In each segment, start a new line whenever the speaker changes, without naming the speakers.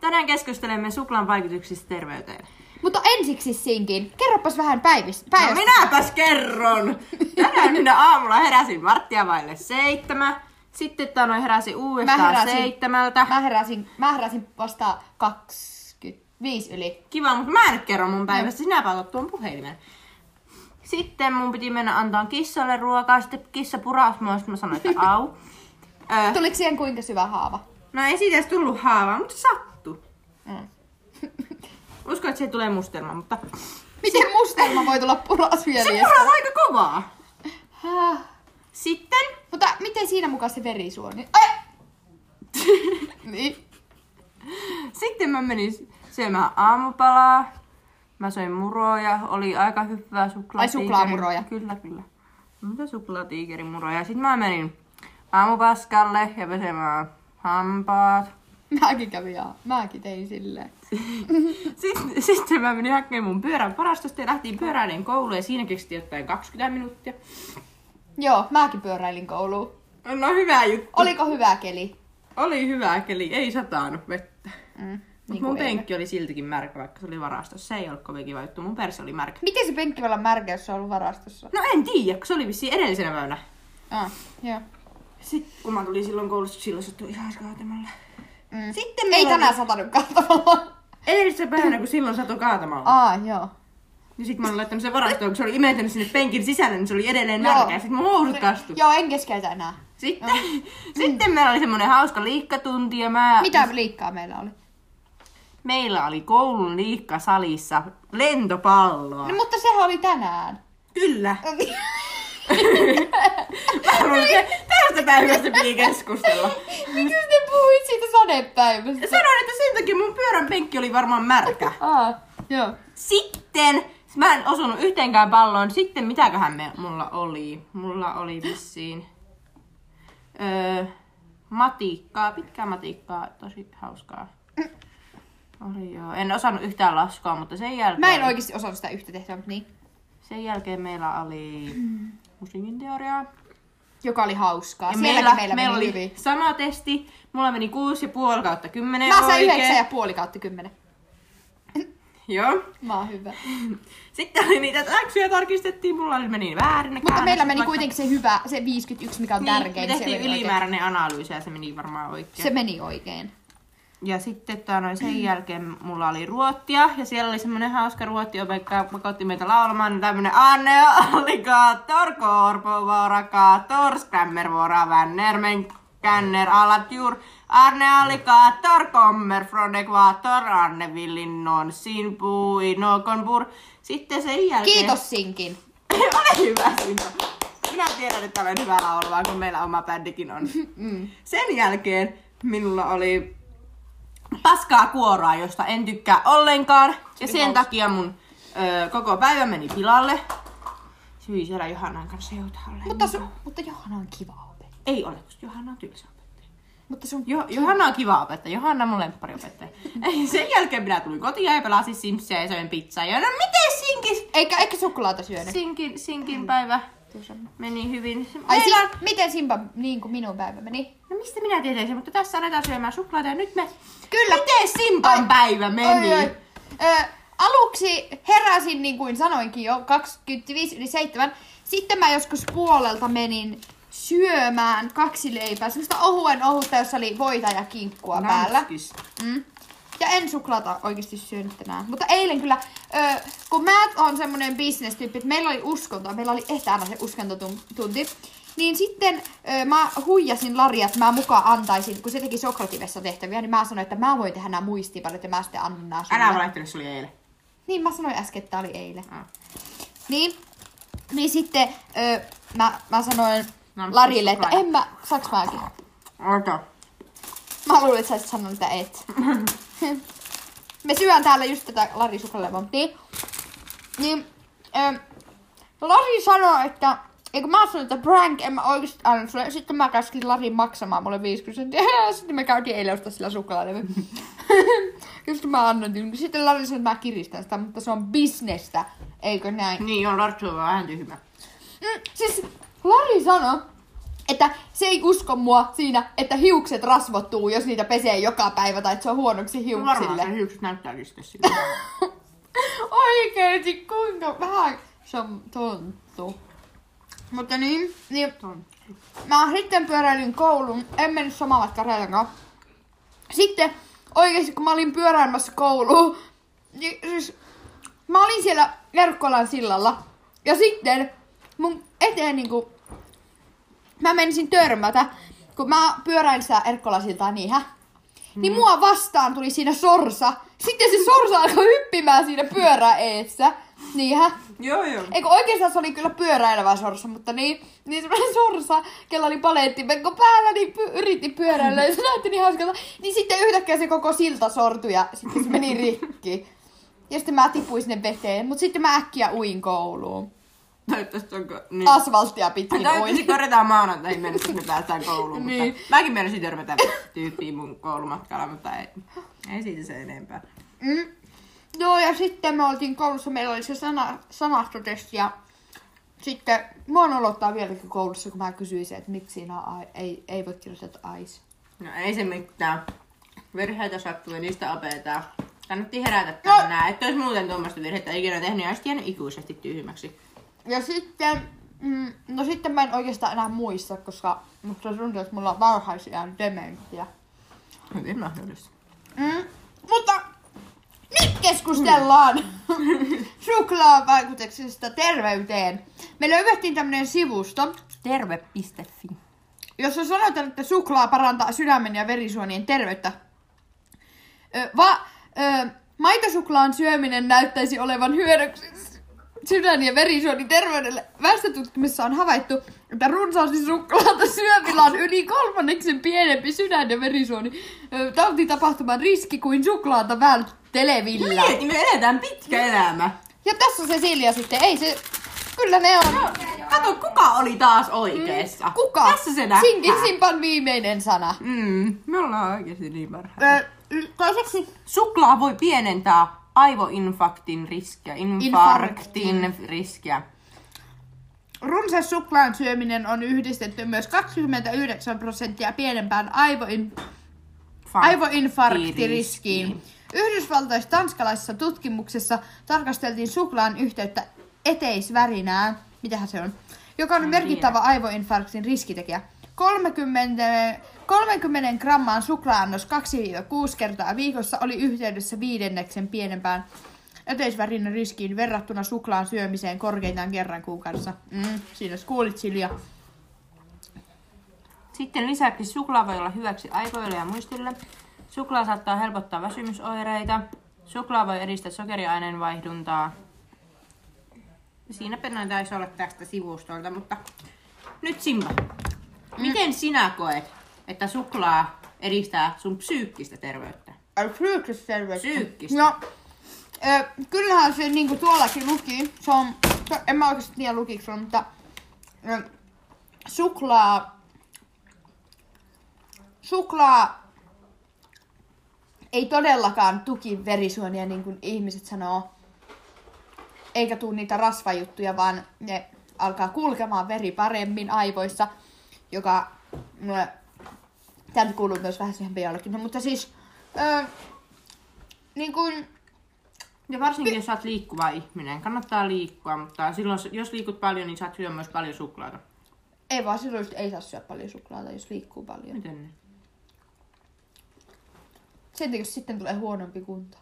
Tänään keskustelemme suklaan vaikutuksista terveyteen.
Mutta ensiksi sinkin, kerropas vähän päivistä.
No minäpäs kerron! Tänään minä aamulla heräsin Marttia vaille seitsemän. Sitten tanoin heräsin uudestaan
heräsin.
seitsemältä.
Mä heräsin, mä heräsin vasta 25 yli.
Kiva, mutta mä en nyt kerro mun päivästä. Sinä otat tuon puhelimen. Sitten mun piti mennä antaa kissalle ruokaa. Sitten kissa purasi mua, sitten mä sanoin, että au. Ö,
Tuliko siihen kuinka syvä haava?
no ei siitä edes tullut haavaa, mutta se sattui.
Mm.
Uskon, että siihen tulee mustelma, mutta...
Miten mustelma voi tulla
Se
purasvieliä?
purasi aika kovaa.
Häh.
Sitten
Mutta miten siinä mukaan se verisuoni? Ai! niin.
Sitten mä menin syömään aamupalaa. Mä söin muroja, oli aika hyvää suklaa.
Ai, suklaamuroja.
Kyllä, kyllä. Mitä suklaatiikerimuroja? Sitten mä menin aamupaskalle ja pesemään hampaat.
Mäkin kävin ja mäkin tein silleen.
Sitten, sitten mä menin hakemaan mun pyörän varastosta ja lähtiin pyöräilemään kouluun ja siinä kesti jotain 20 minuuttia.
Joo, mäkin pyöräilin kouluun.
No hyvä juttu.
Oliko hyvä keli?
Oli hyvä keli, ei satanut vettä.
Mm,
Niin mun
kuin eilen.
penkki oli siltikin märkä, vaikka se oli varastossa. Se ei ollut kovin kiva juttu, mun perse oli märkä.
Miten se penkki voi olla märkä, jos se on ollut varastossa?
No en tiedä, kun se oli vissiin edellisenä päivänä.
Ah, joo.
Sitten kun mä tulin silloin koulusta, silloin sattui ihan kaatamalla.
Mm.
Sitten
Ei
meillä
tänään satanut kaatamalla.
Edellisenä päivänä, kun silloin satoi kaatamalla.
Aa, joo.
Niin sit mä olin laittanut sen varastoon, kun se oli imetänyt sinne penkin sisälle, niin se oli edelleen märkää. Sitten mun housut kastu.
Joo, en keskeytä enää.
Sitten, sitten meillä oli semmonen hauska liikkatunti ja mä...
Mitä liikkaa meillä oli?
Meillä oli koulun liikkasalissa lentopalloa.
No, mutta sehän oli tänään.
Kyllä. Mä luulen, että tästä päivästä piti keskustella.
Miksi te puhuit siitä sadepäivästä?
Sanoin, että sen takia mun pyörän penkki oli varmaan märkä.
Aa, joo.
Sitten, mä en osunut yhteenkään palloon. Sitten mitäköhän me, mulla oli? Mulla oli vissiin öö, matikkaa, pitkää matikkaa, tosi hauskaa. Oli joo. En osannut yhtään laskua, mutta sen jälkeen,
Mä en oikeasti osannut sitä yhtä tehtävää, mutta niin.
sen jälkeen meillä oli musiikin teoriaa.
Joka oli hauskaa.
Ja
Sielläkin meillä, meillä meni
oli
hyvin.
sama testi. Mulla meni 6,5 kautta 10
Mä sain
oikein.
yhdeksän ja puoli kautta kymmenen.
Joo.
Mä oon hyvä.
Sitten oli niitä läksyjä tarkistettiin, mulla oli meni väärin. ne
Mutta meillä
käännökset,
meni
vaikka- Niin,
kuitenkin se hyvä, se 51, mikä on Niin, tärkein.
me
se
tehtiin
meni oikein.
ylimääräinen analyysi ja se meni varmaan oikein.
Se meni oikein.
Ja sitten tää noin sen jälkeen mulla oli ruottia ja siellä oli semmonen hauska ruotti, joka pakotti meitä laulamaan niin tämmönen Anne Alligator, Korpo, Vorakator, Skämmer, Vora, Vänner, Men, Känner, Alatjur, Arne Alligator, Kommer, Från Ekvator, Anne Villin, Nonsin, Pui, Nokonbur. Sitten sen jälkeen...
Kiitos Sinkin.
Ole hyvä Sinta. Minä tiedän, että olen hyvä laulamaan, kun meillä oma bändikin on.
Mm.
Sen jälkeen minulla oli paskaa kuoraa, josta en tykkää ollenkaan. Ja sen
hauska.
takia mun ö, koko päivä meni pilalle. Syi siellä Johannan kanssa joutalle.
Mutta, su, mutta Johanna on kiva opettaja.
Ei ole, koska Johanna on tylsä opettaja.
Mutta sun...
Jo, Johanna on kiva opettaja. Johanna on mun lemppari-opettaja. Ei, sen jälkeen minä tulin kotiin ja pelasin Simsia ja söin pizzaa. Ja no miten sinkin,
Eikä, eikä suklaata syönyt.
sinkin, sinkin päivä meni hyvin.
Ai,
Meillä-
si- miten Simpa niin kuin minun päivä meni?
No mistä minä tietäisin, mutta tässä aletaan syömään suklaata ja nyt me...
Kyllä.
Miten Simpan
Ai,
päivä meni?
Ö, aluksi heräsin, niin kuin sanoinkin jo, 25 yli 7. Sitten mä joskus puolelta menin syömään kaksi leipää, semmoista ohuen ohutta, jossa oli voita ja kinkkua päällä.
Nanskis.
Mm. Ja en suklaata oikeasti syönyt tänään. Mutta eilen kyllä, ö, kun mä oon semmonen bisnestyyppi, että meillä oli uskontoa, meillä oli etänä se uskontotunti, niin sitten ö, mä huijasin Laria, että mä mukaan antaisin, kun se teki Sokrativessa tehtäviä, niin mä sanoin, että mä voin tehdä nämä muistiinpanot ja mä sitten annan nämä sulle.
Älä valehtele, se oli eilen.
Niin mä sanoin äsken, että tää oli eilen.
Ah.
Niin, niin sitten ö, mä, mä sanoin
No,
Larille, että
suklaata.
en mä, saks mäkin?
Ota.
Mä luulin, että sä olisit sanonut, että et. Me syön täällä just tätä Lari suklaalevompia. Niin, ähm, Lari sanoi, että... Eikö mä sanoin, että prank, en mä oikeesti anna sulle. Sitten mä käskin Larin maksamaan mulle 50 senttiä. Sitten me käytiin eilen ostaa sillä suklaalevy. Ja sitten mä annoin. niin Sitten Lari sanoi, että mä kiristän sitä, mutta se on bisnestä. Eikö näin?
Niin, on Lartsu on vähän tyhmä.
Mm, siis Lari sanoi, että se ei usko mua siinä, että hiukset rasvottuu, jos niitä pesee joka päivä tai että se on huonoksi
Varmaan
hiuksille.
se hiukset näyttää sitten sille.
Oikeesti kuinka vähän se on tonttu. Mutta niin, niin mä sitten pyöräilin koulun, en mennyt samaa matkaa Reilankaan. Sitten oikeesti kun mä olin pyöräilemässä kouluun, niin siis mä olin siellä Verkkolan sillalla. Ja sitten mun eteen niinku, mä menisin törmätä, kun mä pyöräilin sitä Erkkolan siltaa niin hä? Niin mua vastaan tuli siinä sorsa. Sitten se sorsa alkoi hyppimään siinä pyöräeessä. Niin hä?
Joo, joo.
Eikö oikeastaan se oli kyllä pyöräilevä sorsa, mutta niin, niin semmoinen sorsa, kella oli palettimekko päällä, niin py- yritti pyöräillä ja se näytti niin hauskalta. Niin sitten yhtäkkiä se koko silta sortui ja sitten se meni rikki. Ja sitten mä tipuin sinne veteen, mutta sitten mä äkkiä uin kouluun.
Toivottavasti onko... Niin.
Asfalttia pitkin
Toivottavasti
uin.
korjataan maanantaihin mennessä, kun me päästään kouluun.
Niin.
Mutta mäkin menisin törmätä tyyppiin mun koulumatkalla, mutta ei, ei siitä se enempää.
Mm. Joo, ja sitten me oltiin koulussa, meillä oli se sana, sanastotesti ja sitten mua nolottaa vieläkin koulussa, kun mä kysyin se, että miksi siinä on, ai- ei, ei voi kirjoittaa ice.
No ei se mitään. Virheitä sattuu ja niistä opetaan. Kannatti herätä
No.
tänään, että olisi muuten tuommoista virhettä ikinä tehnyt ja olisi jäänyt ikuisesti tyhmäksi.
Ja sitten, mm, no sitten mä en oikeastaan enää muista, koska musta tuntuu, että mulla on varhaisiaan dementia.
Hyvin mahdollista.
Mm, mutta nyt keskustellaan suklaan vaikutuksesta terveyteen. Me löydettiin tämmönen sivusto,
Terve.fi.
jossa sanotaan, että suklaa parantaa sydämen ja verisuonien terveyttä. Ö, va, ö, maitosuklaan syöminen näyttäisi olevan hyödyksi sydän- ja verisuonin terveydelle. Väestötutkimuksessa on havaittu, että runsaasti suklaata syövillä on yli kolmanneksen pienempi sydän- ja verisuoni ö, tautitapahtuman riski kuin suklaata välttelevillä.
Mieti, me eletään pitkä elämä.
Ja tässä se Silja sitten, ei se... Kyllä ne
No,
on.
Kato, kuka oli taas oikeessa?
Mm, Kuka?
Tässä se nähdään.
Sinkin simpan viimeinen sana.
Mm, me ollaan oikeasti niin parhaita.
Ö, toiseksi
Suklaa voi pienentää aivoinfarktin riskiä, infarktin, riskiä.
Runsas suklaan syöminen on yhdistetty myös 29 prosenttia pienempään aivoin,
Far-
aivoinfarktiriskiin. Yhdysvaltais-tanskalaisessa tutkimuksessa tarkasteltiin suklaan yhteyttä eteisvärinään, mitähän se on, joka on merkittävä aivoinfarktin riskitekijä. 30, 30 grammaan suklaannos 2-6 kertaa viikossa oli yhteydessä viidenneksen pienempään eteisvärinän riskiin verrattuna suklaan syömiseen korkeintaan kerran kuukaudessa. Mm, siinä sä kuulit Silja.
Sitten lisäksi suklaa voi olla hyväksi aivoille ja muistille. Suklaa saattaa helpottaa väsymysoireita. Suklaa voi edistää sokeriaineen vaihduntaa. Siinäpä noin taisi olla tästä sivustolta, mutta nyt Simba. Miten sinä koet, että suklaa edistää sun psyykkistä terveyttä?
Ai, psyykkistä terveyttä.
Psyykkistä.
Äh, No, ö, kyllähän se niinku tuollakin luki. Se on, se- en mä oikeasti tiedä lukiko se on, mutta ö, suklaa, suklaa ei todellakaan tuki verisuonia, niin kuin ihmiset sanoo. Eikä tuu niitä rasvajuttuja, vaan ne alkaa kulkemaan veri paremmin aivoissa, joka ö, Tämä nyt kuuluu myös vähän siihen biologiin, no, mutta siis... Öö, niin kuin,
Ja varsinkin jos sä oot liikkuva ihminen, kannattaa liikkua, mutta silloin jos liikut paljon, niin saat syödä myös paljon suklaata.
ei vaan silloin just ei saa syödä paljon suklaata, jos liikkuu paljon.
Miten niin?
Sen takia sitten tulee huonompi kunto.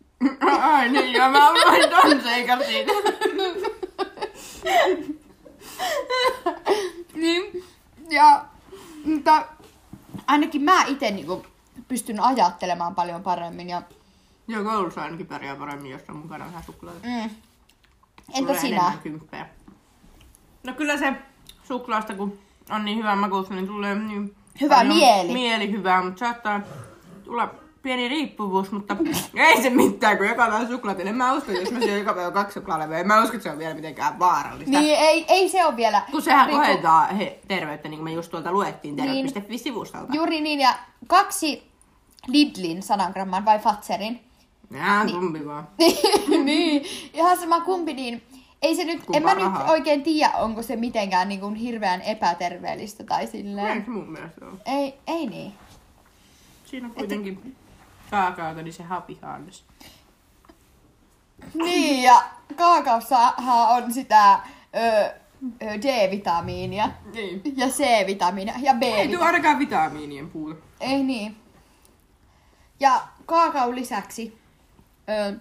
Ai niin, ja mä luin ton seikan siitä.
Niin. Ja, mutta ainakin mä itse niin kuin, pystyn ajattelemaan paljon paremmin. Ja,
Joo, koulussa ainakin pärjää paremmin, jos on mukana vähän suklaata.
mm. Entä
Tulee
sinä?
enemmän kymppejä. No kyllä se suklaasta, kun on niin hyvä makuussa, niin tulee niin
Hyvä
paljon
mieli.
Mieli hyvää, mutta saattaa tulla pieni riippuvuus, mutta ei se mitään, kun joka päivä suklaat. En mä usko, että jos mä syön joka päivä kaksi suklaalevyä, en mä usko, että se on vielä mitenkään vaarallista.
Niin, ei, ei se ole vielä.
Kun sehän
niin kuin-
kohentaa he, terveyttä, niin kuin me just tuolta luettiin
Niin.
terve.fi-sivustolta.
Juuri niin, ja kaksi Lidlin 100 gramman vai Fatserin.
Nää on kumpi vaan.
niin, niin, ihan sama kumpi, niin ei se nyt,
Kumpaa
en mä nyt
rahaa?
oikein tiedä, onko se mitenkään niin kuin hirveän epäterveellistä tai
Näin
silleen.
se mun mielestä on.
Ei, ei niin.
Siinä on kuitenkin kaakaota, niin se hapihannes.
Niin, ja kaakaossahan on sitä ö, ö, D-vitamiinia
Niin.
ja C-vitamiinia ja
Ei tuu
B-vitamiinia.
ainakaan vitamiinien puuta.
Ei niin. Ja kaakao lisäksi ö,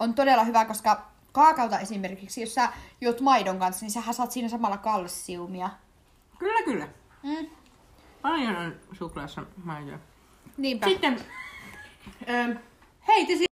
on todella hyvä, koska kaakaota esimerkiksi, jos sä juot maidon kanssa, niin sähän saat siinä samalla kalsiumia.
Kyllä, kyllä.
Mm.
Paljon on suklaassa maitoa.
Niinpä.
Sitten, ähm, hei, te